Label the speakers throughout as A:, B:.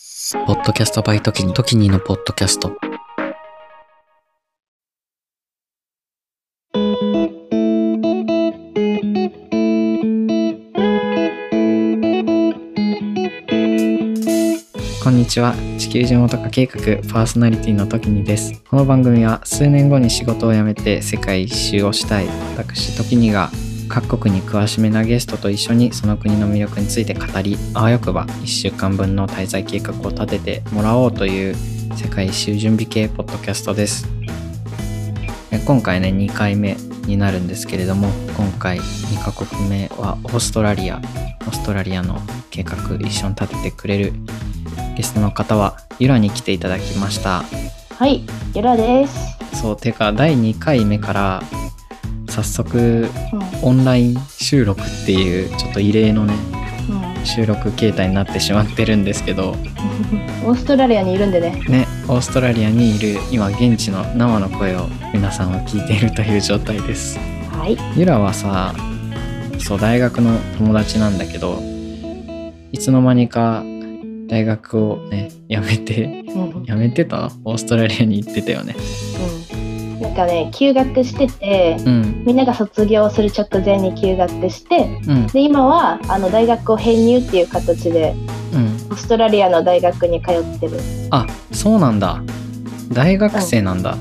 A: 。ポッドキャストバイトキニ、トキニのポッドキャスト。
B: こんにちは地球地元化計画パーソナリティの時にですこの番組は数年後に仕事を辞めて世界一周をしたい私時にが各国に詳しめなゲストと一緒にその国の魅力について語りあわよくば1週間分の滞在計画を立ててもらおうという世界一周準備系ポッドキャストですえ今回ね2回目になるんですけれども今回2カ国目はオーストラリアオーストラリアの計画一緒に立ててくれるゲストの方はゆらに来ていただきました
C: はい、ゆらです。
B: そうてか第2回目から早速
C: うん、う
B: オンライン収録っていうちょっと異例のね
C: ん
B: 収録形態になってしまってるんですけど
C: オーストラリアにいるんでね。
B: ねオーストラリアにいる今現地の生の声を皆さんは聞いているという状態です
C: はい。
B: ゆらはさそう大学の友達なんだけどいつの間にか大学をね辞めて
C: うん、うん
B: 辞めてたオーストラリアに行ってたよね
C: なんかね、休学してて、
B: うん
C: みんなが卒業する直前に休学して、
B: うん
C: で今はあの大学を編入っていう形で
B: うん、
C: オーストラリアの大学に通ってる。
B: あそうなんだ大学生なんだ、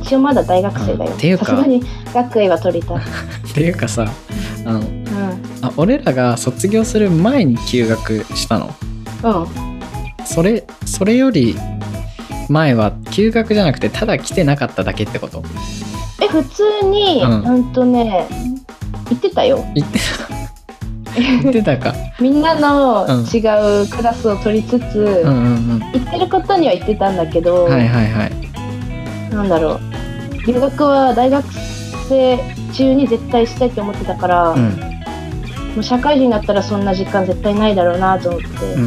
C: 一応まだ大学生だよ
B: あっていう。か
C: さすがに学位は取りたい。
B: っていうかさあの
C: う
B: あ俺らが卒業する前に休学したの
C: ん、うん、
B: それそれより前は休学じゃなくてただ来てなかっただけってこと
C: え普通に、
B: う
C: うんん、とね、行ってたよ。
B: 言ってた言ってたか
C: みんな
B: うん
C: の違うクラスを取りつつ、
B: うんうん
C: 行ってることには行ってたんだけど。
B: うんはいはいはい
C: なんだろう留学は大学生中に絶対したいって思ってたから、
B: う
C: も
B: ん
C: う社会人になったらそんな時間絶対ないだろうなと思って、
B: う
C: うん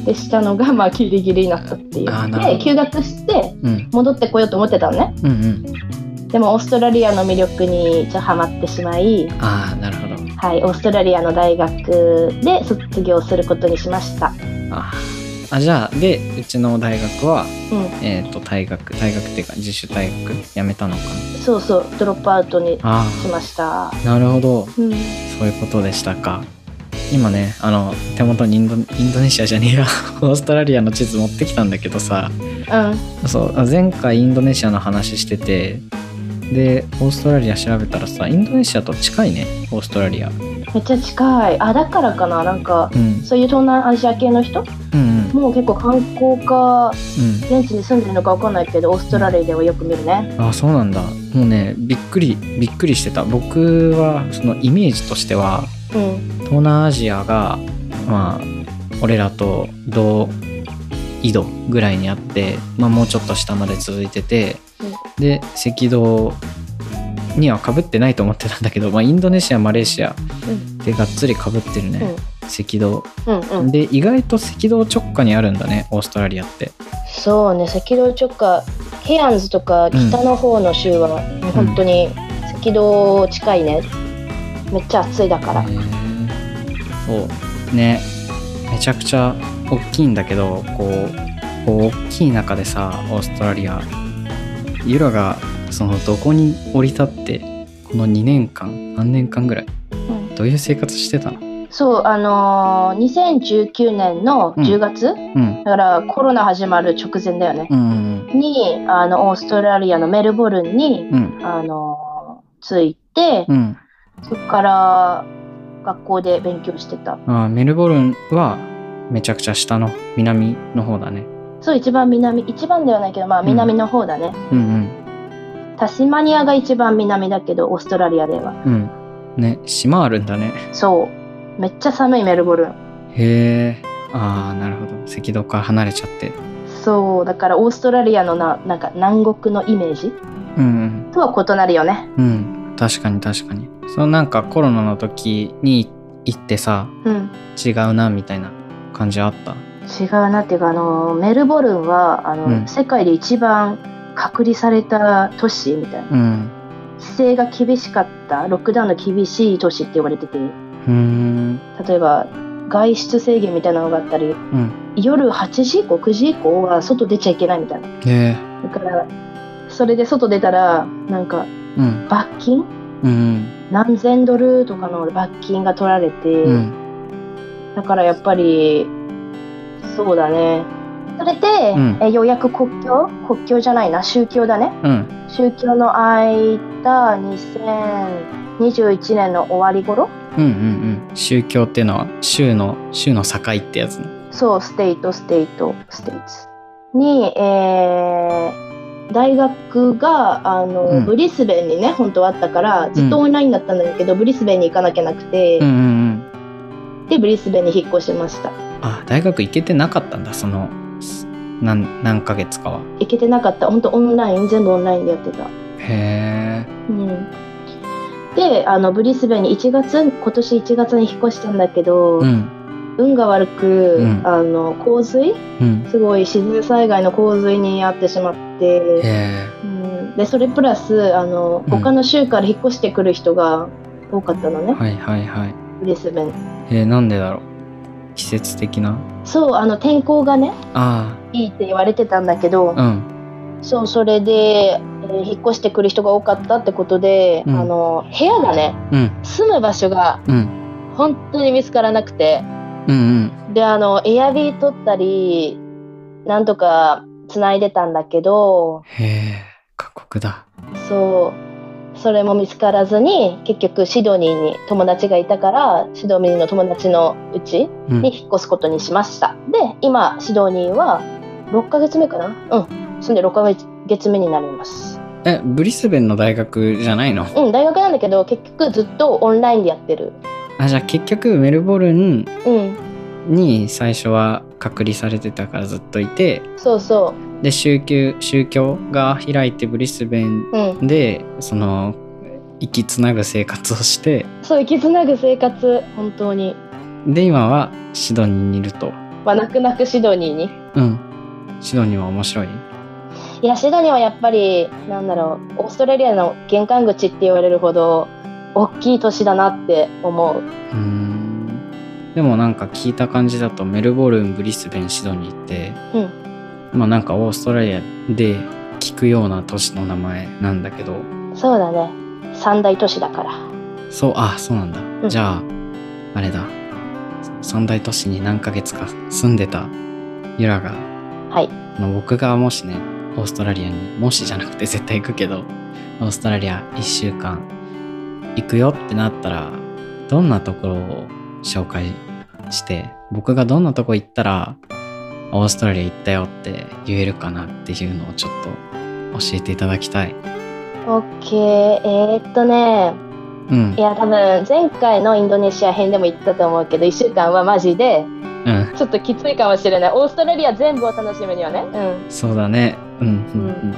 B: ん
C: でしたのがまあギリギリになったってい
B: あー
C: う
B: なるほど
C: で休学して
B: うん
C: 戻ってこようと思ってたのね
B: うんうん
C: でもオーストラリアの魅力にちょハマってしまい、
B: ああなるほど
C: はい、オーストラリアの大学で卒業することにしました
B: あーあじゃあでうちの大学は
C: うん
B: えっ、と退学退学っていうか自主退学やめたのかな
C: そうそうドロップアウトに
B: あ
C: しました
B: あなるほど
C: うん
B: そういうことでしたか。今ね、あの、手元にインドインドネシアじゃねえや、 オーストラリアの地図持ってきたんだけどさ、
C: う
B: そう、あ前回インドネシアの話してて、で、オーストラリア調べたらさ、インドネシアと近いね、オーストラリア。うん
C: めっちゃ近いあだからかななんか。そういう東南アジア系の人
B: うん
C: もう結構観光か
B: うん。
C: 現地に住んでるのかわかんないけどオーストラリアではよく見るね
B: うん。あ、そうなんだ。もうね、びっくり、びっくりしてた。僕は、そのイメージとしては、
C: うん
B: 東南アジアが、まあ、俺らと同緯度ぐらいにあって、まあ、もうちょっと下まで続いてて、で赤道にはかぶってないと思ってたんだけど、まあ、インドネシアマレーシアでがっつりかぶってるね、赤道
C: うんうんうん
B: で意外と赤道直下にあるんだねオーストラリアって
C: そうね赤道直下ケアンズとか北の方の州はもう本当に赤道近いねめっちゃ暑いだから
B: そうねめちゃくちゃ大きいんだけどこうこう大きい中でさオーストラリアユラがそのどこに降り立ってこの2年間何年間ぐらい
C: うん
B: どういう生活してたの
C: そうあのー2019年の10月だ
B: うん
C: からコロナ始まる直前だよね
B: うん
C: にあのオーストラリアのメルボルンに
B: うん
C: あのー着いて
B: うん
C: そっから学校で勉強してた。
B: あーメルボルンはめちゃくちゃ下の南の方だね
C: そう、一番南、一番ではないけど、まあ
B: うん
C: 南の方だね。
B: うん
C: タスマニアが一番南だけど、オーストラリアでは。
B: うんうんね島あるんだね
C: そう。めっちゃ寒いメルボルン。
B: へえあーなるほど赤道から離れちゃって
C: そう、だからオーストラリアのな、なんか南国のイメージ
B: うんうん
C: とは異なるよね。
B: うん確かに確かにそのなんかコロナの時に行ってさ
C: うん。
B: 違うなみたいな感じあった
C: 違うなっていうか、あの、メルボルンは、あの、
B: うん
C: 世界で一番隔離された都市みたいな。
B: うん
C: 規制が厳しかった、ロックダウンの厳しい都市って言われてて、
B: ふーん
C: 例えば、外出制限みたいなのがあったり
B: うん
C: 夜8時以降9時以降は外出ちゃいけないみたいな
B: え
C: だからそれで外出たらなんか
B: うん
C: 罰金
B: うん
C: 何千ドルとかの罰金が取られて、
B: うん
C: だからやっぱりそうだねそれで、
B: うん
C: えようやく国境国境じゃないな宗教だね
B: うん
C: 宗教の間2021年の終わり頃
B: うんうんうん宗教っていうのは州の州の境ってやつね
C: そうステイトステイトステイツに、えー大学があの、
B: うん
C: ブリスベンにね本当はあったからずっとオンラインだったんだけど、ブリスベンに行かなきゃなくて、
B: うんうんうん
C: でブリスベンに引っ越してました
B: あ大学行けてなかったんだそのすなん何ヶ月かは
C: 行けてなかった本当オンライン全部オンラインでやってた
B: へえ
C: うんであのブリスベンに1月今年1月に引っ越したんだけど、
B: うん
C: 運が悪く、
B: うん
C: あの洪水
B: うん
C: すごい自然災害の洪水に遭ってしまっ
B: へ
C: て、
B: え
C: うん、でそれプラスあの
B: うん
C: 他の州から引っ越してくる人が多かったのね、
B: はいはいはい
C: ブリスベン
B: えー、なんでだろう季節的な
C: そうあの天候がね
B: あ
C: いいって言われてたんだけど、
B: あうん
C: そうそれで、えー引っ越してくる人が多かったってことで、
B: うん
C: あの部屋がね
B: うん
C: 住む場所が
B: うん
C: 本当に見つからなくて
B: うんうん
C: であのエアビー取ったりなんとかつないでたんだけど
B: へえ過酷だ
C: そうそれも見つからずに結局シドニーに友達がいたからシドニーの友達のうち
B: うん
C: に引っ越すことにしましたで今シドニーは6ヶ月目かなうん住んで6ヶ月目になります
B: えブリスベンの大学じゃないの
C: うん大学なんだけど結局ずっとオンラインでやってる
B: あじゃあ結局メルボルン
C: うん
B: に最初は隔離されてたからずっといて
C: そうそ
B: で宗教宗教が開いてブリスベン
C: ううん
B: でその生きつなぐ生活をして
C: そう息つなぐ生活本当に
B: で今はシドニーにいると
C: まあ泣く泣くシドニーに
B: うんシドニーは面白い
C: いやシドニーはやっぱりなんだろうオーストラリアの玄関口って言われるほど大きい都市だなって思う
B: うーんでもなんか聞いた感じだとメルボルンブリスベンシドニーって、まあなんかオーストラリアで聞くような都市の名前なんだけど
C: そうだね三大都市だから
B: そうあそうなんだ、
C: ん
B: じゃああれだ三大都市に何ヶ月か住んでたユラが
C: はい
B: あの僕がもしねオーストラリアにもしじゃなくて絶対行くけどオーストラリア1週間行くよってなったらどんなところを紹介して僕がどんなとこ行ったらオーストラリア行ったよって言えるかなっていうのをちょっと教えていただきたい。
C: オッケーえー、っとね
B: うん
C: い、や多分前回のインドネシア編でも言ったと思うけど1週間はマジで
B: うん、
C: ちょっときついかもしれないオーストラリア全部を楽しむにはね、う
B: そうだね。うん、うん、
C: ん、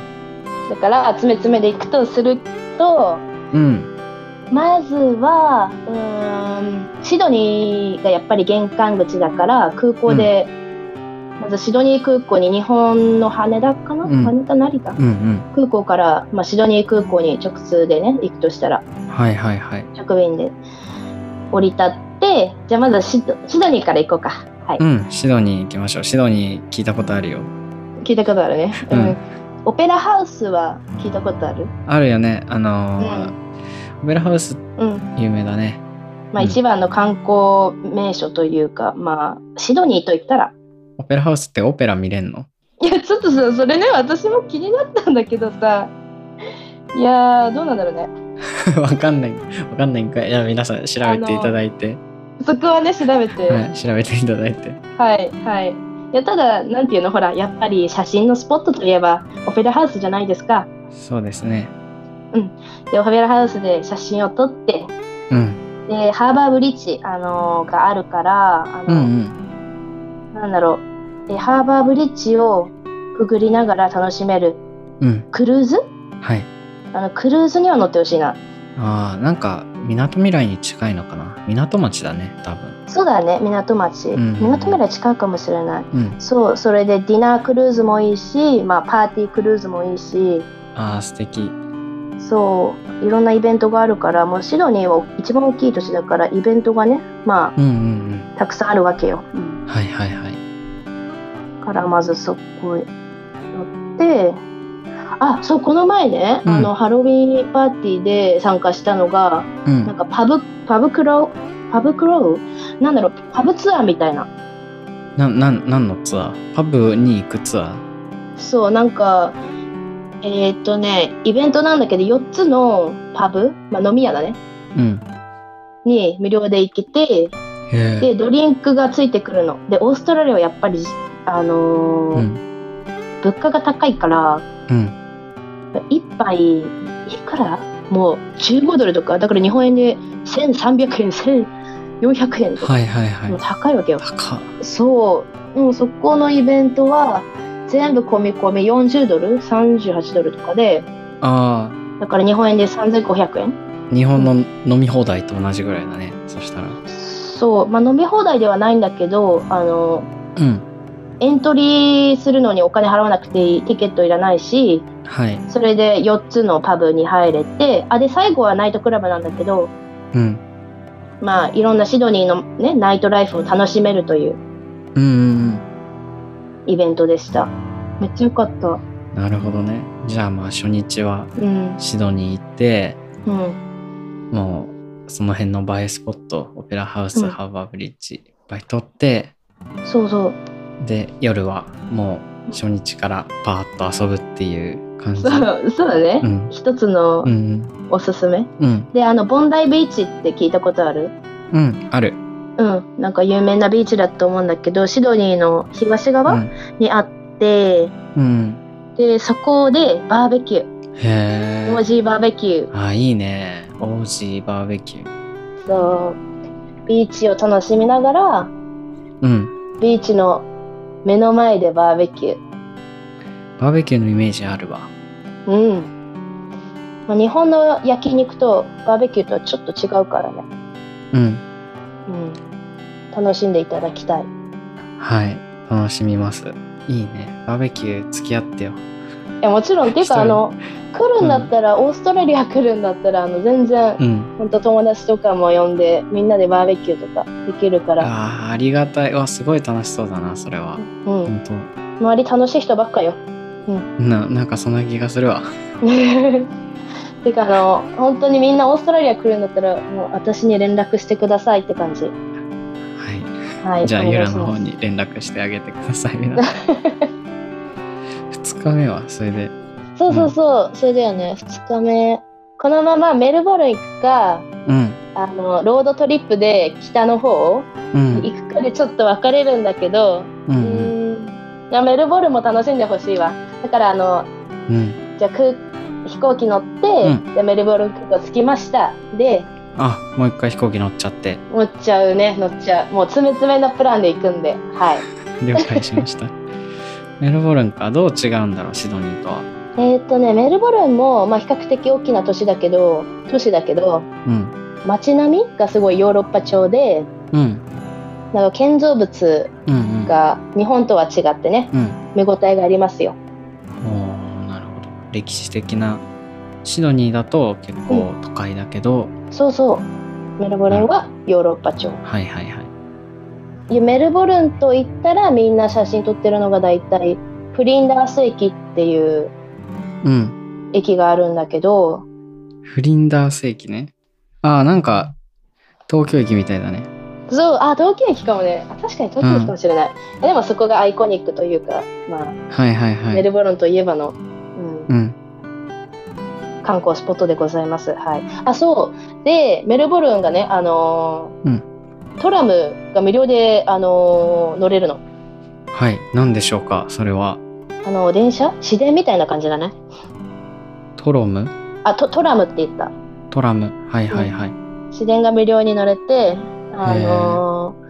C: だから詰め詰めでいくとすると
B: うん。うん、
C: まずはうーんシドニーがやっぱり玄関口だから空港で、まずシドニー空港に日本の羽田かな、
B: うん
C: 羽田成田
B: うん、うん。
C: 空港から、まあ、シドニー空港に直通でね行くとしたら
B: はいはいはい。
C: 直便で降り立ってじゃあまずはシドシドニーから行こうか、はい
B: うん、シドニー行きましょう。シドニー聞いたことあるよ。
C: 聞いたことあるね、
B: うん
C: オペラハウスは聞いたことある
B: あるよね。あのー
C: う
B: オペラハウス
C: うん
B: 有名だね。
C: まあ、
B: うん
C: 一番の観光名所というか、まあ、シドニーといったら
B: オペラハウスってオペラ見れんの
C: いやちょっとさそれね私も気になったんだけどさいやーどうなんだろうね
B: わかんない。わかんないんかい。じゃあ皆さん調べていただいて。
C: そこはね調べて
B: はい、調べていただいて。
C: はいはいいやただなんていうのほらやっぱり写真のスポットといえばオペラハウスじゃないですか
B: そうですね。
C: でオペラハウスで写真を撮って
B: うん。
C: でハーバーブリッジ、あのーがあるからあ
B: うんう
C: の、
B: ん。
C: なんだろうでハーバーブリッジをくぐりながら楽しめる
B: うん。
C: クルーズ
B: はい。
C: あのクルーズには乗ってほしいな
B: ああ、なんか、港未来に近いのかな。港町だね、多分。
C: そうだね港町、
B: ん
C: 港未来近いかもしれない
B: うん。
C: そうそれでディナークルーズもいいし、まあ、パーティークルーズもいいし
B: ああ、素敵。
C: そういろんなイベントがあるからもうシドニーは一番大きい都市だからイベントがねま
D: うんうん
C: あたくさんあるわけよ、うん
D: うん。はいはいはい。
C: からまずそこへ乗ってあそうこの前ね、
D: うん
C: あのハロウィーンパーティーで参加したのが
D: う
C: なん
D: ん。
C: かパブパブクロパブクロウなんだろうパブツアーみたいな
B: な、なん、なんのツアーパブに行くツアー
C: そうなんかえーっとねイベントなんだけど4つのパブ、まあ、飲み屋だね
B: うん。
C: に無料で行け
D: へ
C: て
D: え。
C: でドリンクがついてくるのでオーストラリアはやっぱりあのー
D: うん。
C: 物価が高いから
D: うん。
C: 1杯いくらもう15ドルとかだから日本円で1300円1400円とか、
D: はいはいはい
C: もう。高いわけよ
D: 高っ。
C: そう、うん、そこのイベントは全部込み込み40ドル38ドルとかで
B: あ
C: だから日本円で3500円
B: あ、日本の飲み放題と同じぐらいだね。そしたら。
C: そうまあ飲み放題ではないんだけどあの
D: うん。
C: エントリーするのにお金払わなくていいティケットいらないし
D: はい。
C: それで4つのパブに入れてあで最後はナイトクラブなんだけど
D: うん。
C: まあいろんなシドニーの、ね、ナイトライフを楽しめるという
D: うんうん
C: イベントでしためっちゃ良かった
B: なるほどね。じゃあまあ初日は
C: うん
B: シドニー行って、
C: うん
B: もうその辺の映えスポット、オペラハウス、
C: うん
B: ハーバーブリッジ、いっぱい撮って、
C: そうそう
B: で、夜はもう初日からパーッと遊ぶっていう感じ。
C: そうそうだね、
B: うん。
C: 一つ
B: う
C: の
B: ん。
C: おすすめ、
B: うん。
C: であのボンダイビーチって聞いたことある
B: うん。ある。
C: うんなんか有名なビーチだと思うんだけどシドニーの東
B: う
C: 側
B: ん。
C: にあって、
B: うん。
C: でそこでバーベキュー
B: へ
C: オー
B: え。
C: ジーバーベキュー
B: あ、いいね。オージーバーベキュー。
C: そうビーチを楽しみながら
B: うん。
C: ビーチの目の前でバーベキュー
B: バーベキューのイメージあるわ。
C: うん、まあ、日本の焼肉とバーベキューとはちょっと違うからね、
B: うん。
C: うん、楽しんでいただきたい
B: はい。楽しみます。いいね。バーベキュー付き合ってよ。
C: いやもちろんっていう
B: そう
C: かあの来るんだったら、オーストラリア来るんだったらあの全然
B: うん。
C: 本当友達とかも呼んでみんなでバーベキューとかできるから、
B: ああ、ありがたい。わ、すごい楽しそうだな、それは。
C: うん、
B: 本当。
C: 周り楽しい人ばっかよ。
B: ななんかそんな気がするわ。
C: てかあの本当にみんなオーストラリア来るんだったらもう私に連絡してくださいって感じ。
B: は。
C: はいい。
B: じゃあ、
C: お願い
B: ゆ
C: し
B: ら
C: ます
B: の方。に連絡してあげてください、皆さん。2日目は、それで。
C: そうそうそう、それだよね2日目このままメルボルン行くか
B: うん。
C: あのロードトリップで北の方
B: うん。
C: 行くかでちょっと分かれるんだけど、
B: う。
C: うんーんいやメルボルンも楽しんでほしいわ。だからあの
B: うん。
C: じゃあ空飛行機乗って、でメルボルン空港着きましたで
B: あ、もう一回飛行機乗っちゃって。
C: 乗っちゃうね乗っちゃうもう詰め詰めなプランで行くんではい
B: 了解しました。 メルボルンか。どう違うんだろう、シドニーとは。
C: えーっとねメルボルンも、まあ、比較的大きな都市だけど都市だけど
B: うん。
C: 街並みがすごいヨーロッパ調で
B: うん。
C: なんか建造物
B: うん、うん。
C: が日本とは違ってね
B: うん。
C: 見応えがありますよ
B: おーなるほど。歴史的な。シドニーだと結構都会だけど、
C: そうそうメルボルンはヨーロッパ調
B: はいはいはい。
C: いやメルボルンと言ったらみんな写真撮ってるのが大体フリンダース駅っていう
B: うん。
C: 駅があるんだけど
B: フリンダース駅ね。あーなんか、東京駅みたいだね。
C: そうあ東京駅かもねあ確かに東京駅かもしれない、でもそこがアイコニックというか、まあ
B: はいはいは
C: メ
B: い。
C: ルボルンといえばの、うん
B: うん。
C: 観光スポットでございますはいあそうでメルボルンがねあのー
B: うん
C: トラムが無料で、あのー乗れるの、
B: はい。何でしょうかそれは。
C: あのー電車市電みたいな感じだね
B: トロム
C: あとトラムって言った
B: トラム。はいはいはい。
C: 市電が無料に乗れてあのー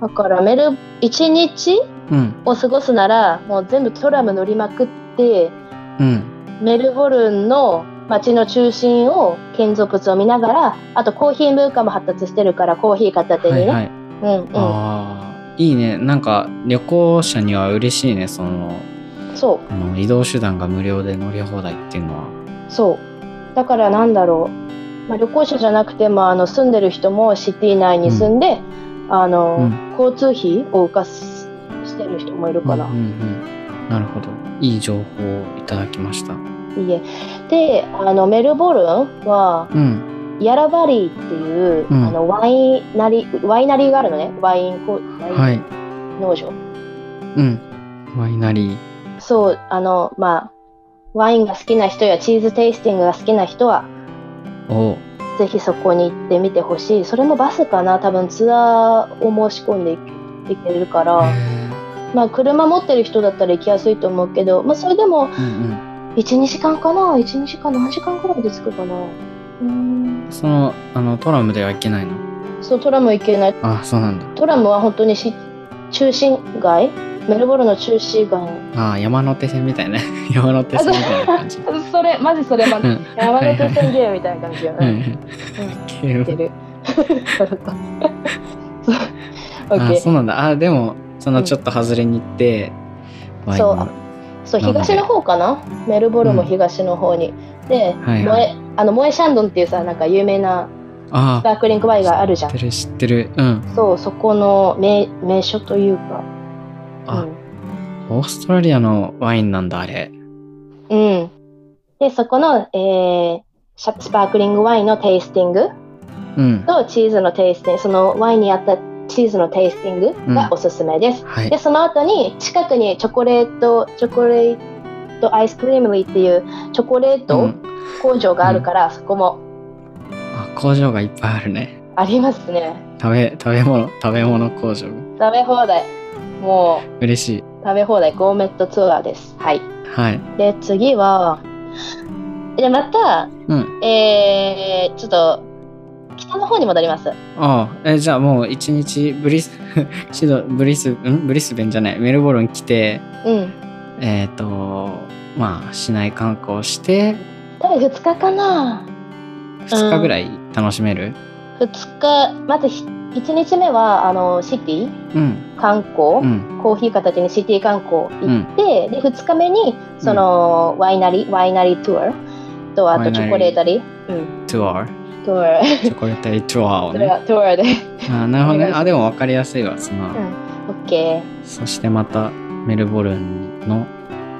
C: だからメル1日
B: うん。
C: を過ごすならもう全部トラム乗りまくって
B: うん。
C: メルボルンの街の中心を建造物を見ながらあとコーヒー文化も発達してるからコーヒー片手
B: は
C: にね、
B: いはい。
C: うん
B: ああ、いいね。なんか旅行者には嬉しいね。その、
C: うんそう
B: あの移動手段が無料で乗り放題っていうのは。
C: そうだからなんだろう、まあ、旅行者じゃなくてもあの住んでる人もシティ内に住んで、あの
B: うん
C: 交通費を浮かすしてる人もいるから、
B: うんうんなるほどいい情報をいただきました
C: いいえであのメルボルンは
B: うん
C: ヤラバリーっていう、
B: うん
C: あのワインなりワイナリーがあるのねワインこワ
B: は
C: イ
B: い
C: ン農場、
B: うんワイナリー
C: そうあのまあワインが好きな人やチーズテイスティングが好きな人は
B: を
C: ぜひそこに行ってみてほしいそれもバスかな多分ツアーを申し込んでいけいけるから、
B: へ
C: まあ、車持ってる人だったら行きやすいと思うけど、まあ、それでも
B: ーうん
C: 12時間かな12時間何時間くらいで着くかなう
B: う
C: ーん
B: んそのあのトラムでは行けないの
C: そうトラム行けない
B: あそうなんだ
C: トラムは本当にし中心街メルボルンの中心街
B: あ山手線みたいな 山手線みたいな感じ
C: それマジそれマ
B: う
C: ジ
B: ん
C: 山手線ゲーみたいな感じよね、
B: うんう
C: うん
B: んけ
C: 似て
B: る
C: るそう
B: あ
C: OK
B: そうなんだあでもそのちょっと外れに行って、ワイン
C: そう
B: の
C: そう
B: なので
C: 東の方かなメルボルンも東の方に、で、
B: はい
C: モ
B: はい
C: エあのモエシャンドンっていうさなんか有名な
B: あ
C: スパークリングワインがあるじゃん
B: 知ってる知ってるうん
C: そうそこの名名所というか
B: あオーストラリアのワインなんだあれ
C: うん、うんでそこの、えーシャスパークリングワインのテイスティング
B: うん
C: とチーズのテイスティングそのワインに合ったチーズのテイスティングがおすすめです、
B: はい
C: でその後に近くにチョコレートチョコレートアイスクリームリーっていうチョコレー
B: う
C: ト
B: ん
C: 工場があるから、そこも
B: あ工場がいっぱいあるね
C: ありますね
B: 食べ食べ物食べ物工場
C: 食べ放題も
B: 嬉しいう
C: 食べ放題ゴーメットツアーですはい
B: はい
C: で次はでまた
B: うん
C: えー、ちょっと北の方に戻ります
B: ああえじゃあもう一日ブリス シドブリスんブリスベンじゃないメルボルン来て
C: うん
B: えっ、とまあ市内観光して
C: 多分2日かな
B: 2日ぐらい楽しめる
C: 2日まず1日目はあのシティ
B: うん
C: 観光、
B: うん
C: コーヒー片手にシティ観光
B: う
C: 行っ
B: ん
C: て、で2日目にその、ワイナリワイナリツアーと
B: ワ
C: あ
B: イナ
C: と
B: リ
C: チョコレートリー、うん、
B: トゥアー
C: ツアー
B: チョコレートエイトゥアーを
C: それ
B: ね
C: はツアーで
B: あなるほど
C: お願
B: ね
C: いします
B: あでも分かりやすいわその、
C: ん OK
B: そしてまたメルボルンの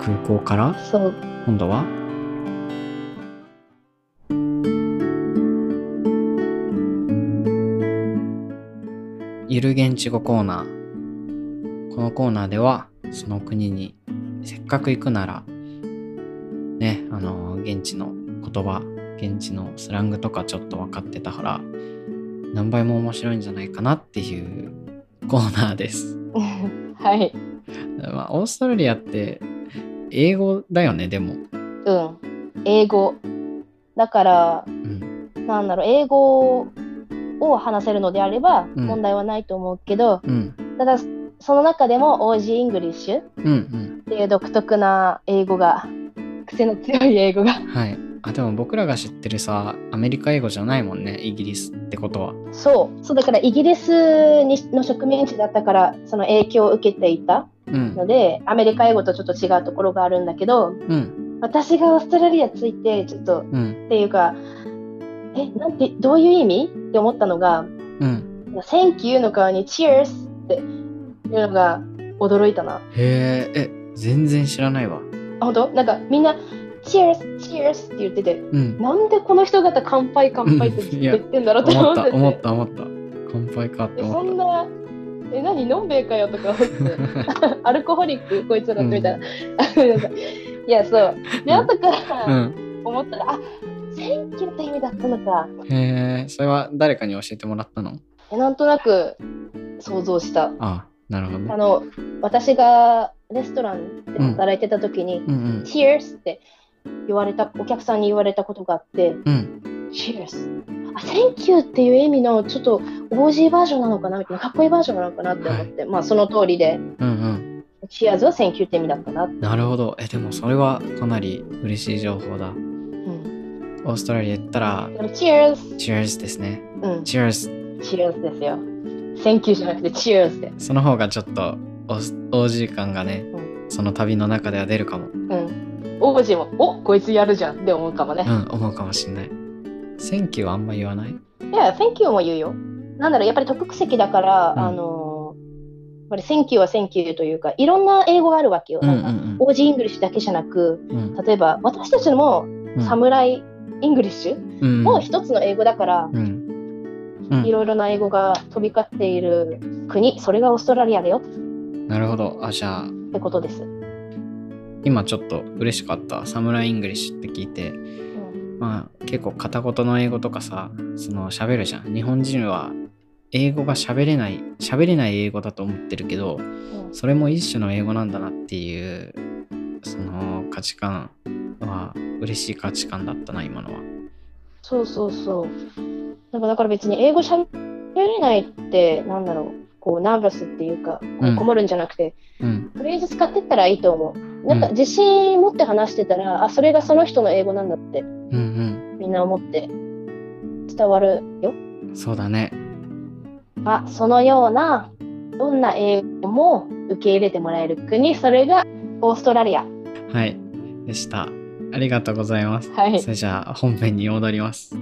B: 空港から
C: そう
B: 今度はゆる現地語コーナーこのコーナーではその国にせっかく行くならねあの現地の言葉現地のスラングとかちょっと分かってたから何倍も面白いんじゃないかなっていうコーナーです、
C: はい
B: まあ、オーストラリアって英語だよねでも、
C: うん英語だから
B: うん、
C: なんだろう英語を話せるのであれば
B: うん
C: 問題はないと思うけど、
B: うん
C: ただその中でも OG イングリッシュっ
B: うん
C: ていう独特な英語が癖の強い英語が
B: うんはいあでも僕らが知ってるさアメリカ英語じゃないもんねイギリスってことは
C: そうそうだからイギリスにの植民地だったからその影響を受けていた
B: うん
C: のでアメリカ英語とちょっと違うところがあるんだけど
B: うん
C: 私がオーストラリアついてちょっと
B: うん
C: っていうかえなんてどういう意味って思ったのが
B: うん
C: 「Thank you」の顔に「Cheers」っていうのが驚いたな。
B: へええ全然知らないわ
C: あ本当なんかみんな「Cheers」「Cheers」って言ってて
B: うん
C: なんでこの人方乾杯乾杯ってずっと言ってんだろうと
B: 思
C: 思
B: っ
C: ったてて
B: 思った思った乾杯かって
C: えそ
B: 思
C: ん
B: っ
C: なえ何のんべえかよとか思って
B: た
C: アルコホリックこいつらみたいな、 いやそうで後か
B: う
C: ら
B: ん
C: 思ったら、あセンキューって意味だったのか
B: へえそれは誰かに教えてもらったの
C: えなんとなく想像した
B: あなるほどね
C: あの私がレストランで働いてた時に
B: うん
C: 「Cheers」って言われたお客さんに言われたことがあって
B: うんうん
C: 「Cheers」あ「Thank you」っていう意味のちょっと OG バージョンなのかなみたいなかっこいいバージョンなのかなって思って、まあその通りで
B: うんうん
C: 「Cheers」は「Thank you」って意味だったな、
B: なるほどえでもそれはかなり嬉しい情報だ
C: うん、
B: オーストラリア行ったら
C: でも Cheers!
B: Cheers ですね
C: うん、
B: Cheers
C: Cheers ですよ Thank you じゃなくて Cheers で、
B: その方がちょっとお OG 感がね、
C: う
B: その旅の中では出るかも。
C: うん、王子も、おこいつやるじゃんって思うかもね
B: う。ん、思うかもしんない。Thank you はあんま言わない
C: いや、Thank you も言うよ。なんだろう、やっぱり特席だから、
B: うん
C: あのー、やっぱり Thank you は Thank you というか、いろんな英語があるわけよ。
B: うんう
C: なん
B: ん
C: か、王子イングリッシュだけじゃなく、
B: うん。うん
C: 例えば私たちも
B: うん
C: 侍イングリッシュ
B: うん
C: も一つの英語だから、
B: うん。
C: いろいろな英語が飛び交っている国、それがオーストラリアだよっ
B: なるほど。あ、じゃあ、
C: てことです。
B: 今ちょっと嬉しかった。サムライイングリッシュって聞いて、
C: うん
B: まあ結構片言の英語とかさ、その喋るじゃん。日本人は英語が喋れない、喋れない英語だと思ってるけど、
C: うん
B: それも一種の英語なんだなっていう、その価値観は嬉しい価値観だったな、今のは。
C: そうそうそう。なんかだから別に英語しゃべれないって、なんだろう、こう、ナーバスっていうか、こ
B: うん
C: うこもるんじゃなくて、
B: うん。
C: とりあえず使ってったらいいと思う。なんか
B: うん
C: 自信持って話してたら、あ、それがその人の英語なんだって、
B: うん
C: みんな思って伝わるよ。
B: うん。そうだね。
C: あ、そのような、どんな英語も受け入れてもらえる国、それがオーストラリア。
B: はい。でした。ありがとうございます。
C: はい
B: そ。れじゃあ本編に戻ります。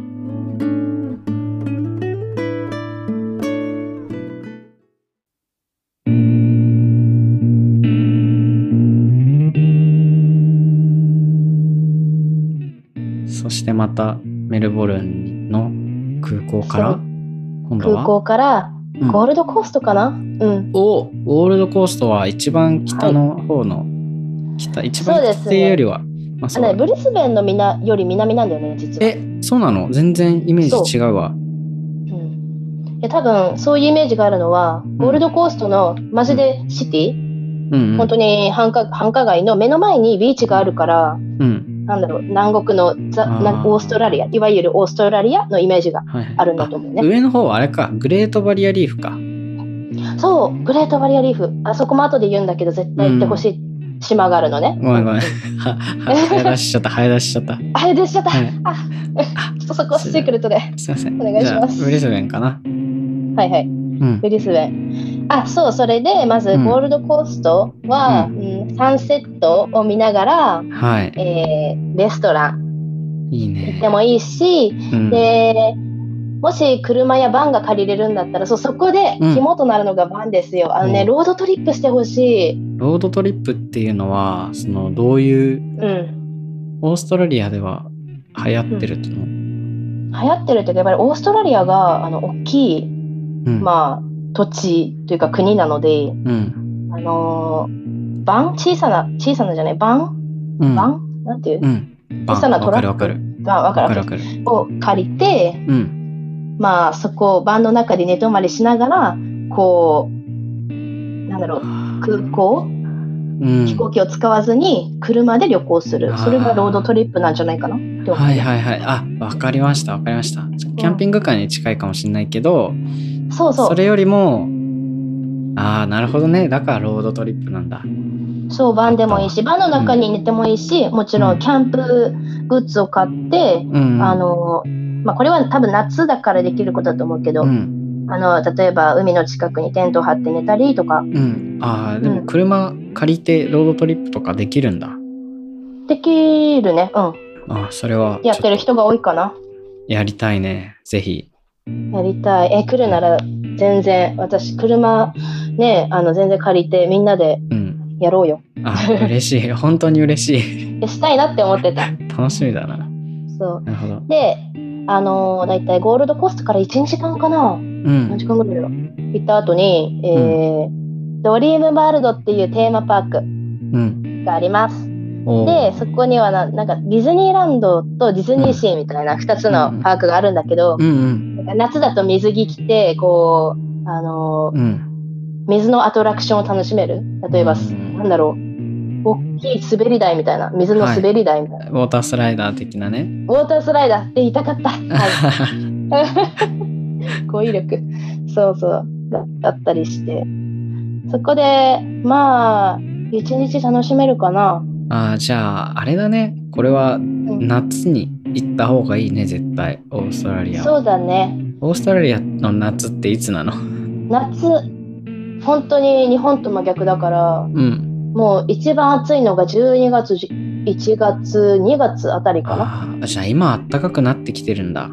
B: そしてまたメルボルンの空港から
C: そう
B: 今度
C: 空
B: は
C: 港から
B: うん
C: ゴールドコーストかなうん。
B: おゴールドコーストは一番北の方の、北一番
C: そう
B: 北
C: ですね
B: っていうよりは、まあ
C: あ
B: そう
C: ね、ブリスベンのみなより南なんだよね、実は。
B: えそうなの全然イメージ違うわ
C: うん、いや多分そういうイメージがあるのはゴールドコーストのマジでシティ、
B: うんう
C: 本
B: ん
C: 当に繁華繁華街の目の前にビーチがあるから
B: うん
C: なんだろう南国のザ
B: あー
C: なオーストラリアいわゆるオーストラリアのイメージが
B: はいはい
C: あるんだと思う
B: あ
C: ね
B: 上の方はあれかグレートバリアリーフか
C: そうグレートバリアリーフあそこも後で言うんだけど絶対行ってほしい島があるのね、
B: ごめんごめん はは早出ししちゃった早出ししちゃった
C: あれでしちゃった、
B: はい
C: あ
B: あ
C: ちょっとそこはシークレットでは
B: すいません
C: お願いします
B: じゃあブリスベンかない
C: はい
B: うん
C: ブリスベンあそうそれでまず
B: うん
C: ゴールドコーストは、
B: う
C: うんサンセットを見ながら
B: はい
C: えーレストラン
B: いい
C: 行っ
B: ね
C: てもいいし、
B: うん
C: でもし車やバンが借りれるんだったらそうそこで
B: うん
C: 肝となるのがバンですよ、あのね、
B: うん
C: ロードトリップしてほしい、
B: ロードトリップっていうのはそのどういう
C: うん、
B: オーストラリアでは流行ってるっていうの、
C: 流行ってるっていうかやっぱりオーストラリアがあの大きい、
B: うん
C: まあ、土地というか国なので、
B: うん
C: あのーバン小さな小さなじゃないバン
B: うん
C: バンなんていう、
B: うんバン
C: 小さなトラック
B: わかるわ
C: バンわ
B: かる
C: か
B: わか
C: る
B: る
C: わ
B: わ
C: か
B: かる
C: るを借りて
B: うん
C: まあそこをバンの中で寝泊まりしながらこうなんだろう空港
B: うん
C: 飛行機を使わずに車で旅行する、
B: あー
C: それがロードトリップなんじゃないかなって思う、
B: はいはいはいあわかりましたわかりましたキャンピングカーに近いかもしれないけど、
C: そうそ
B: そうれよりもああなるほどねだからロードトリップなんだ
C: そうバンでもいいしバンの中に寝てもいいし、もちろ
B: うん
C: んキャンプグッズを買って、
B: うん
C: あのまあ、これは多分夏だからできることだと思うけど、
B: うん
C: あの例えば海の近くにテントを張って寝たりとか
B: うんああでも
C: うん
B: 車借りてロードトリップとかできるんだ
C: できるねうん
B: あーそれは
C: やってる人が多いかな
B: やりたいねぜひ
C: やりたいえ来るなら全然私車ねあの全然借りてみんなで
B: うん
C: やろうよ
B: あ ー嬉しい本当に嬉しい
C: えしたいなって思ってた
B: 楽しみだな
C: そう
B: なるほど
C: で、あのー、だいたいゴールドコーストから1時間かな、
B: うん
C: 何時間ぐらいだろう行った後に、えードリームワールドっていうテーマパーク
B: うん
C: があります。
B: おー
C: で、そこにはななんかディズニーランドとディズニーシーみたいな2つのパークがあるんだけど、
B: うんうん
C: なんか夏だと水着着て、こう、あのー
B: うん
C: 水のアトラクションを楽しめる。例え
B: う
C: ば、
B: ん
C: なんだろう。大きい滑り台みたいな、水の滑り台みたいな、
B: ウォータースライダー的なね
C: ウォータースライダーって言いたかった。はい語彙力そうそうだだったりしてそこでまあ一日楽しめるかな、
B: あーじゃああれだねこれは
C: うん
B: 夏に行った方がいいね絶対オーストラリアは
C: そうだね
B: オーストラリアの夏っていつなの
C: 夏本当に日本と真逆だから
B: うん
C: もう一番暑いのが12月、じ1月、2月あたりかな、
B: ああ、じゃあ今暖かくなってきてるんだ。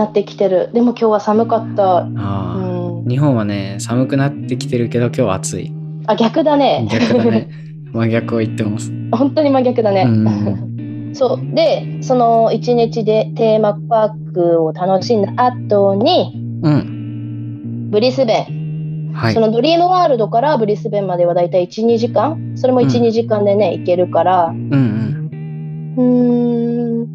C: なってきてる。でも今日は寒かった。う
B: あ
C: ん
B: あ、、日本はね、寒くなってきてるけど今日は暑い。
C: あ、逆だね。
B: 逆だ ね。真逆を言ってます。
C: 本当に真逆だね。 そうでその1日でテーマパークを楽しんだ後に
B: うん。
C: ブリスベン、
B: はい
C: そ。のドリームワールドからブリスベンまではだいたい12時間それも12、
B: うん
C: 時間でね行けるから
B: う
C: う
B: んうん。
C: ーん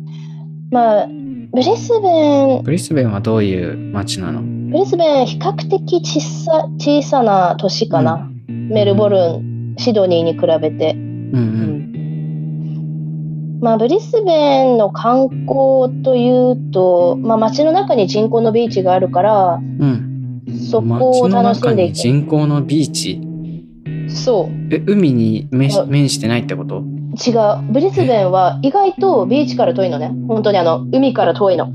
C: まあブリスベン
B: ブリスベンはどういう街なの
C: ブリスベン比較的小さ小さな都市かな、メルボルンシドニーに比べて、
B: うんうん。
C: まあ、ブリスベンの観光というと、まあ、街の中に人工のビーチがあるから
B: うん。
C: そこを
B: 街の
C: 楽し
B: 中
C: んでい
B: に
C: て
B: 人工のビーチ。
C: そう
B: え、海に面し
C: そう
B: 面してないってこと
C: 違うブリスベンは意外とビーチから遠いのね本当にあの海から遠いの
B: う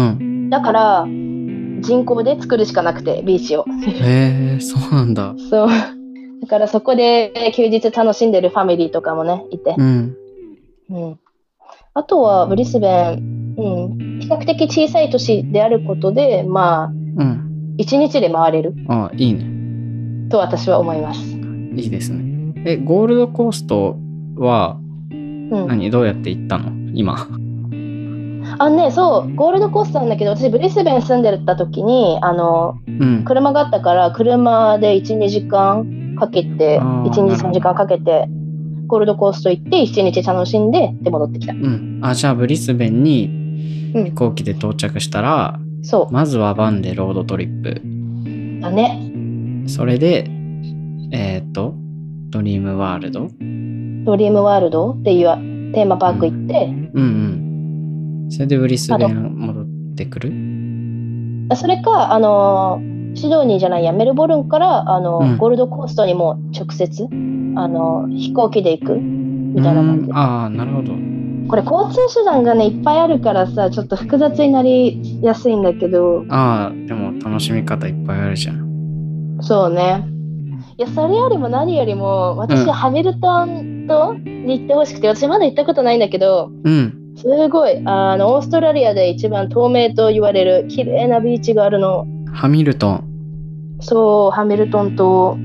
B: ん。
C: だから人工で作るしかなくてビーチを
B: へえ、そうなんだ。
C: そう だからそこで休日楽しんでるファミリーとかもねいて、
B: うん。
C: うん、あとはブリスベン、うん、比較的小さい都市であることでまあ
B: うん。
C: 一日で回れる
B: ああ、いいね。
C: と私は思います、う
B: いいですね。え、ゴールドコーストは
C: ん、
B: 何どうやって行ったの今。
C: あのねそうゴールドコーストなんだけど私ブリスベン住んでた時にあの
B: うん。
C: 車があったから車で12時間かけて
B: あー
C: 12時3時間かけてゴールドコースト行って1日楽しんでで戻ってきた
B: うん。あ、じゃあブリスベンに
C: うん
B: 飛行機で到着したら、
C: そ
B: まずはバンでロードトリップ。
C: うだね
B: それで、えっ、と、ドリームワールド。
C: ドリームワールドっていうテーマパーク行って
B: うんうん。それでブリスベン戻ってくる
C: あそれかあのーシドニーじゃないやメルボルンからあのー、
B: うん
C: ゴールドコーストにも直接あのー飛行機で行くみたいな感
B: うん
C: じ
B: ああ、なるほど。
C: これ交通手段がねいっぱいあるからさちょっと複雑になりやすいんだけど
B: ああ、でも楽しみ方いっぱいあるじゃん。
C: そうね。いや、それよりも何よりも、私、
B: うん
C: ハミルトンとに行ってほしくて、私まだ行ったことないんだけど、
B: うん。
C: すごい、あの、オーストラリアで一番透明と言われる綺麗なビーチがあるの。
B: ハミルトン。
C: そう、ハミルトン島。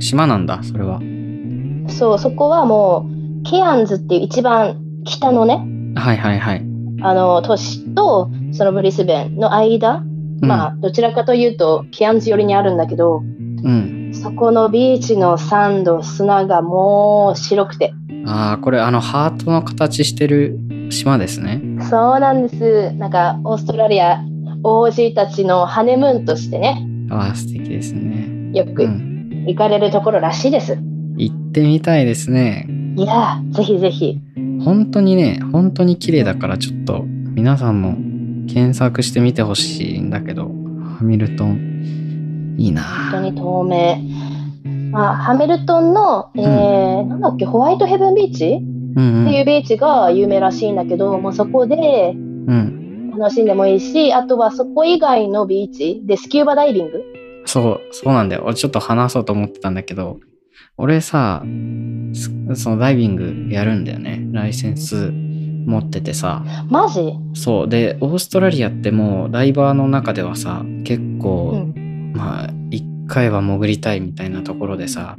B: 島なんだ、それは。
C: そう、そこはもう、ケアンズっていう一番北のね、
B: はいはいはい。うん
C: あの、都市と、そのブリスベンの間、まあ、どちらかというと、ケアンズ寄りにあるんだけど、
B: うん。
C: そこのビーチのサンド、砂がもう白くて、
B: ああ、これあのハートの形してる島ですね。
C: そうなんです。なんかオーストラリア王子たちのハネムーンとしてね、
B: ああ、素敵ですね。
C: よ
B: う
C: く
B: ん。
C: 行かれるところらしいです。
B: 行ってみたいですね。
C: いやー、ぜひぜひ。
B: 本当にね、本当に綺麗だからちょっと皆さんも検索してみてほしいんだけど、ハミルトン、いい
C: 本
B: な
C: 当に透明。まあ、ハミルトンの、えーなんだっけ、ホワイトヘブンビー
B: うんう
C: チってい
B: ん。
C: うビーチが有名らしいんだけど、もうそこで
B: うん。
C: 楽しんでもいいし、あとはそこ以外のビーチでスキューバダイビング。
B: そう、そうなんだよ。俺ちょっと話そうと思ってたんだけど、俺さ、すそのダイビングやるんだよね。ライセンス持っててさ。
C: マジ
B: そう。で、オーストラリアってもうダイバーの中ではさ、結
C: う
B: 構、まあ、一回は潜りたいみたいなところでさ、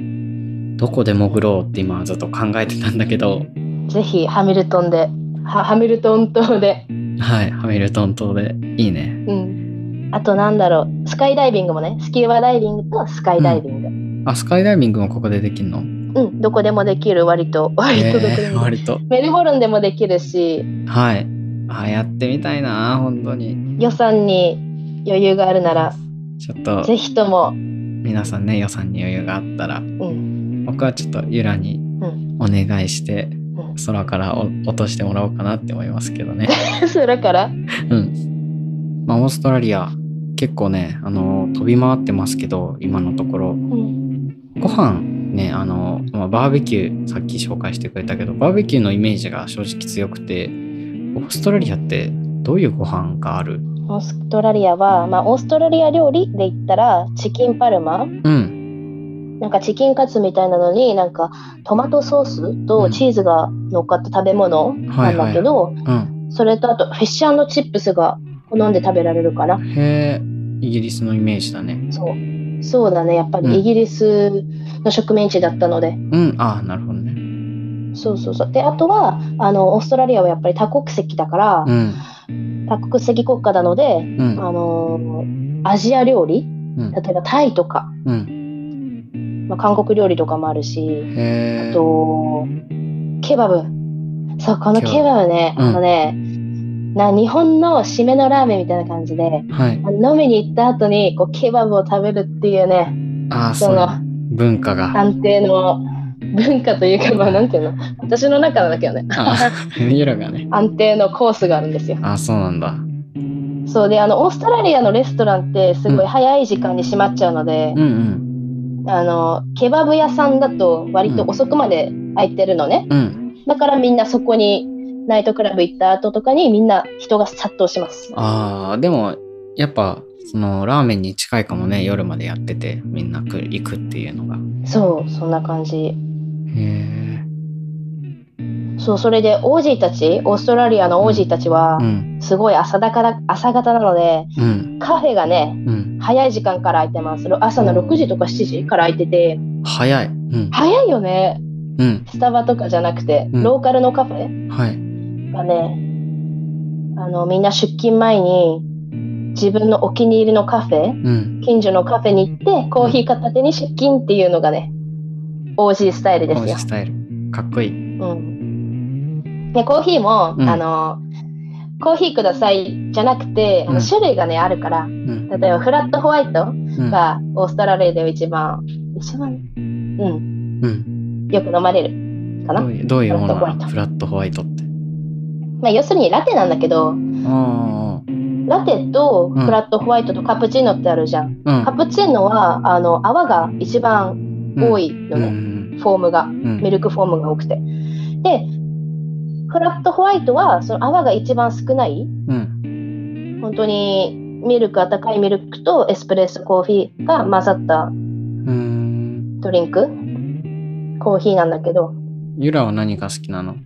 B: どこで潜ろうって今ずっと考えてたんだけど、
C: ぜひハミルトンで、はハミルトン島で。
B: はい、ハミルトン島でいいね。
C: うん、あとなんだろうスカイダイビングもねスキューバダイビングとスカイダイビング、うん
B: あ、スカイダイビングもここでできるの
C: どこでもできる割と割とどこでもでき
B: え
C: る
B: ー、割と。
C: メルボルンでもできるし
B: はい。あ、やってみたいな、本当に。
C: 予算に余裕があるなら
B: ちょっと
C: ぜひとも、
B: 皆さんね予算に余裕があったら
C: うん、
B: 僕はちょっとユラに
C: ん
B: お願いして
C: ん
B: 空からお落としてもらおうかなって思いますけどね。
C: それから
B: うんまあ、オーストラリア結構ねあの飛び回ってますけど今のところ
C: うん
B: ご飯ねあの、まあ、バーベキューさっき紹介してくれたけどバーベキューのイメージが正直強くてオーストラリアってどういうご飯がある
C: オーストラリアは、まあ、オーストラリア料理で言ったらチキンパルマ
B: うん
C: なんかチキンカツみたいなのになんかトマトソースとチーズが乗っかった食べ物なんだけど、
B: うん。
C: それとあとフィッシュチップスが好んで食べられるかな
B: へえ、イギリスのイメージだね。
C: そうそうだねやっぱ
B: うん
C: りイギリスの植民地だったので、
B: うん、ああ、なるほどね。
C: そうそうそうであとはあのオーストラリアはやっぱり多国籍だから
B: う、ん、
C: 多国籍国家なので、
B: うん、
C: あのーアジア料理
B: うん
C: 例、えばタイとか、
B: うん。
C: まあ、韓国料理とかもあるし
B: へ
C: あ
B: え。
C: とケバブそうこの
B: ケバブ
C: ケバブね、
B: うん
C: あのねな日本の締めのラーメンみたいな感じで
B: はい。
C: あの飲みに行った後にこうケバブを食べるっていうね
B: ああ、そ
C: そうの
B: だ。文化が。
C: 安定の文化というか、まあ、なんていうの私の中だけどね
B: ああ、ユラがね。
C: 安定のコースがあるんですよ
B: ああ、そうなんだ。
C: そうであのオーストラリアのレストランってすごい早い時間に閉まっちゃうので
B: う、ん、
C: あのケバブ屋さんだと割と遅くまで空いてるのね、
B: うん、うん。
C: だからみんなそこにナイトクラブ行った後とかにみんな人が殺到します
B: ああ、でも、やっぱ、その、ラーメンに近いかもね、夜までやってて、みんな来る行くっていうのが。
C: そうそんな感じ
B: へえ。
C: そうそれでオージーたちオーストラリアのオージーたちは
B: うん、
C: すごい朝だから朝方なので
B: うん、
C: カフェがね
B: うん。
C: 早い時間から空いてます朝の6時とか7時から空いてて
B: 早い。うん、
C: 早いよね
B: うん、
C: スタバとかじゃなくて、
B: うん
C: ローカルのカフェ
B: はい。
C: がねあのみんな出勤前に自分のお気に入りのカフェ
B: うん。
C: 近所のカフェに行ってコーヒー片手に出勤っていうのがね OG スタイルで
B: こ
C: す
B: ういう
C: よ
B: ス、タイル。かっこいい。
C: うん、でコーヒーも、
B: うん
C: あのコーヒーくださいじゃなくて、あの
B: うん
C: 種類がねあるから
B: うん、
C: 例えばフラットホワイト
B: うん、
C: がオーストラリアでは一番一番うん
B: うん。
C: よく飲まれるかな、
B: どういう、どういうもの
C: フラ
B: な
C: ットホワイ
B: の
C: ト
B: フラットホワイトって。
C: まあ、要するにラテなんだけど
B: あ
C: ラテと
B: うん
C: フラットホワイトとカプチーノってあるじゃん、
B: あ、うん。
C: カプチーノはあの泡が一番多いの
B: うんう
C: ね、
B: ん
C: フォームが
B: うん
C: ミルクフォームが多くてでフラットホワイトはその泡が一番少ない
B: うん
C: 本当にミルク温かいミルクとエスプレッソコーヒーが混ざった
B: うん
C: ドリンクコーヒーなんだけど
B: ユラは何が好きなの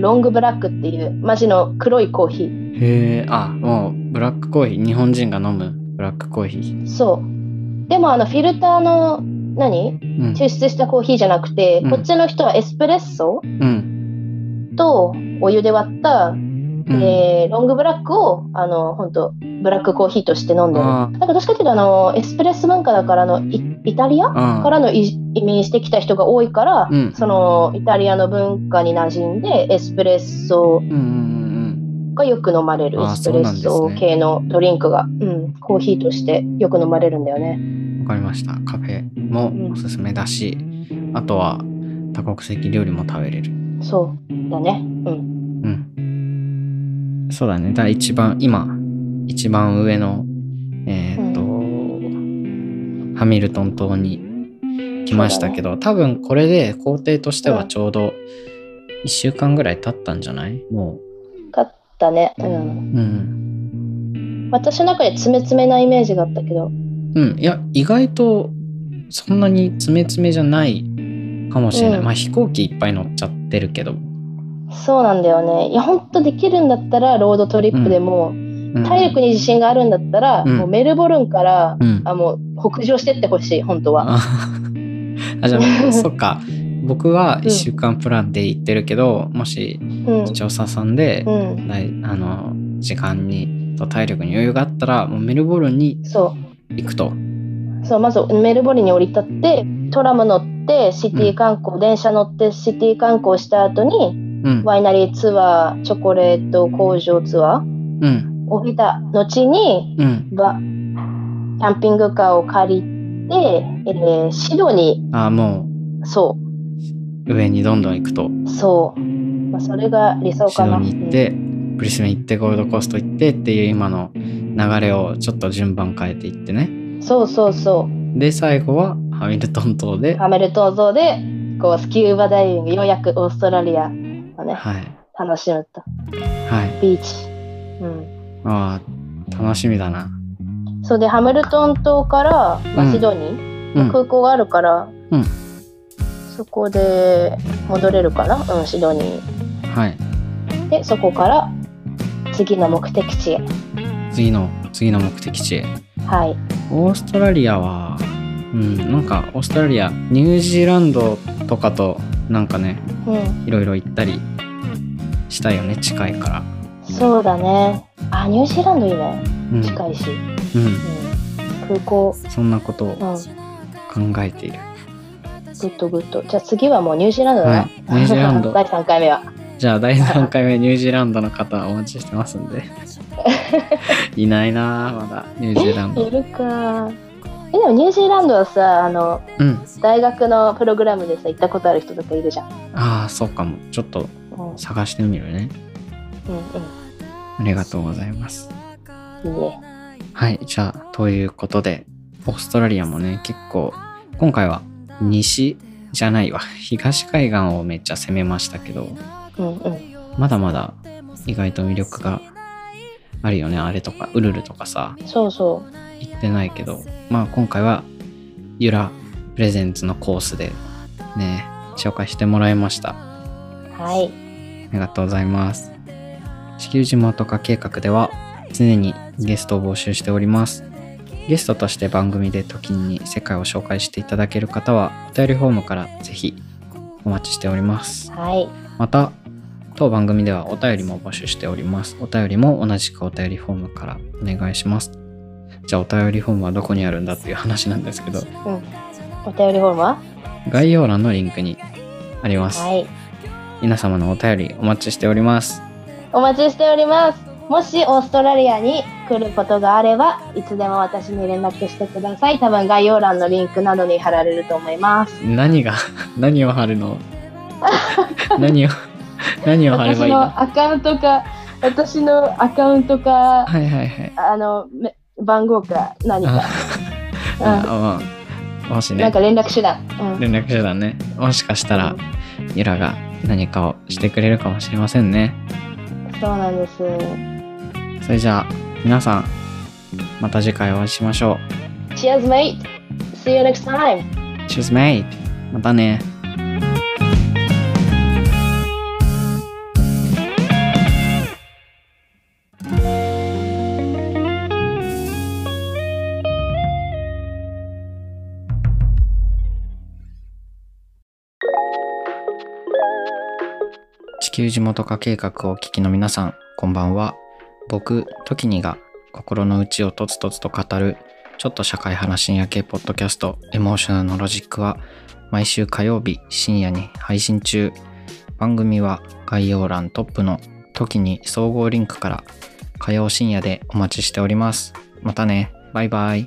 C: ロングブラックっていうマジの黒いコーヒー
B: へえあもうブラックコーヒー日本人が飲むブラックコーヒー、
C: そう。でもあのフィルターの何
B: うん
C: 抽出したコーヒーじゃなくて、
B: うん
C: こっちの人はエスプレッソ
B: うん
C: とお湯で割った、
B: うん
C: えーロングブラックをあの本当ブラックコーヒーとして飲んでる。
B: あー
C: なんかどっちかっていうとあのエスプレッソ文化だからあのイイタリア
B: あ
C: からの移移民してきた人が多いから、
B: うん
C: そのイタリアの文化に馴染んでエスプレッソ
B: うんうん
C: がよく飲まれる
B: あー
C: エスプレッ
B: そう
C: ソ
B: なんですね
C: 系のドリンクがう、ん、コーヒーとしてよく飲まれるんだよね。
B: うんわかりましたカフェもおすすめだし、あとは多国籍料理も食べれる
C: そうだね。うん。
B: うんそうだねだから一番今一番上のえーっと、ハミルトン島に来ましたけど、多分これで工程としてはちょうど1週間ぐらい経ったんじゃないも
C: 勝ったね。うん。
B: ううん
C: 私の中で詰め詰めなイメージがあったけど。
B: うんいや意外とそんなに詰め詰めじゃないかもしれない、
C: うん
B: まあ飛行機いっぱい乗っちゃってるけど、
C: そうなんだよね。いや、本当できるんだったら、ロードトリップでも、
B: うん
C: 体力に自信があるんだったら、
B: うん
C: もうメルボルンから、
B: うん
C: あもう北上してってほしい、本当は。
B: ああ じゃ あそっか僕は1週間プランで行ってるけど、もし
C: うん。
B: 調査さんで、
C: うん。
B: だいあの時間にと体力に余裕があったらもうメルボルンに
C: そ
B: 行くと。
C: う。そう、まずメルボルンに降り立って、トラム乗って、シティ観光、電車乗ってシティ観光した後に、
B: うん
C: ワイナリーツアー、チョコレート工場ツアー
B: うん
C: を見た後に、
B: うん、
C: はキャンピングカーを借りて、えーシドニ
B: あも
C: ーそう
B: 上にどんどん行くと
C: うそう、まあ、それが理想
B: シ
C: か
B: ド
C: な
B: ニー行ってブリスベン行ってゴールドコースト行ってっていう今の流れをちょっと順番変えていってね
C: うんそうそうそ
B: で最後はハミルトン島で
C: うハメルトン島でこうスキューバダイビングようやくオーストラリアをね
B: はい
C: 楽しむと
B: はい
C: ビーチ、うん、
B: あー楽しみだな
C: そうでハメルトン島から、ま
B: うん
C: あ、シドニ
B: う
C: ー、
B: ん
C: 空港があるから
B: うん
C: そこで戻れるかな、うん、シドニー
B: はい
C: でそこから次の目的地へ
B: 次の次の目的地へ
C: はい
B: オーストラリアはうんなんかオーストラリアニュージーランドとかとなんかね
C: うん、
B: いろいろ行ったりしたよね近いから
C: そうだねあニュージーランドいいね
B: うん、
C: 近いし、
B: うん、
C: うん、空港
B: そんなことを
C: う
B: 考
C: ん
B: えている、
C: グッドグッドじゃあ次はもうニュージーランドだ
B: は
C: な、
B: いニュージーランド
C: 第3回目は
B: じゃあ第3回目ニュージーランドの方お待ちしてますん でいないなあまだニュージーランド
C: いるかえでもニュージーランドはさあの
B: うん
C: 大学のプログラムでさ行ったことある人とかいるじゃん、
B: ああそうかもちょっと
C: うんうん
B: 探してみるね
C: う
B: ありがとうございます
C: ん、いいね
B: はいじゃあということでオーストラリアもね結構今回は西じゃないわ 東海岸をめっちゃ攻めましたけど
C: うんうん
B: まだまだ意外と魅力があるよねあれとかウルルとかさ
C: そうそ
B: 行ってないけどまあ今回はユラプレゼンツのコースでね紹介してもらいました
C: うはい
B: ありがとうございます。地球島とか計画では常にゲストを募集しております。ゲストとして番組で時に世界を紹介していただける方はお便りフォームからぜひお待ちしております。
C: はい
B: また、当番組ではお便りも募集しております。お便りも同じくお便りフォームからお願いします。じゃあお便りフォームはどこにあるんだっていう話なんですけど、
C: お便りフォームは
B: 概要欄のリンクにあります。
C: はい
B: 皆様のお便りお待ちしております。
C: お待ちしておりますもしオーストラリアに来ることがあればいつでも私に連絡してください多分概要欄のリンクなどに貼られると思います
B: 何が何を貼るの何を何を貼れ
C: 私
B: ばいいの
C: のアカウントか私のアカウントか
B: はいはいはい
C: あのめ番号か何
B: あ
C: か、うん
B: あまあもし
C: なん
B: ね
C: か連絡手段、うん
B: 連絡手段ねもしかしたらゆらが何かをしてくれるかもしれませんね
C: そうなんです
B: それじゃあ皆さんまた次回お会いしましょ
C: Cheers mate See you next time
B: う Cheers mate またね地球地元化計画をお聞きの皆さんこんばんは僕トキニが心の内をとつとつと語るちょっと社会話深夜系ポッドキャストエモーショナルのロジックは毎週火曜日深夜に配信中番組は概要欄トップのトキニ総合リンクから火曜深夜でお待ちしておりますまたねバイバイ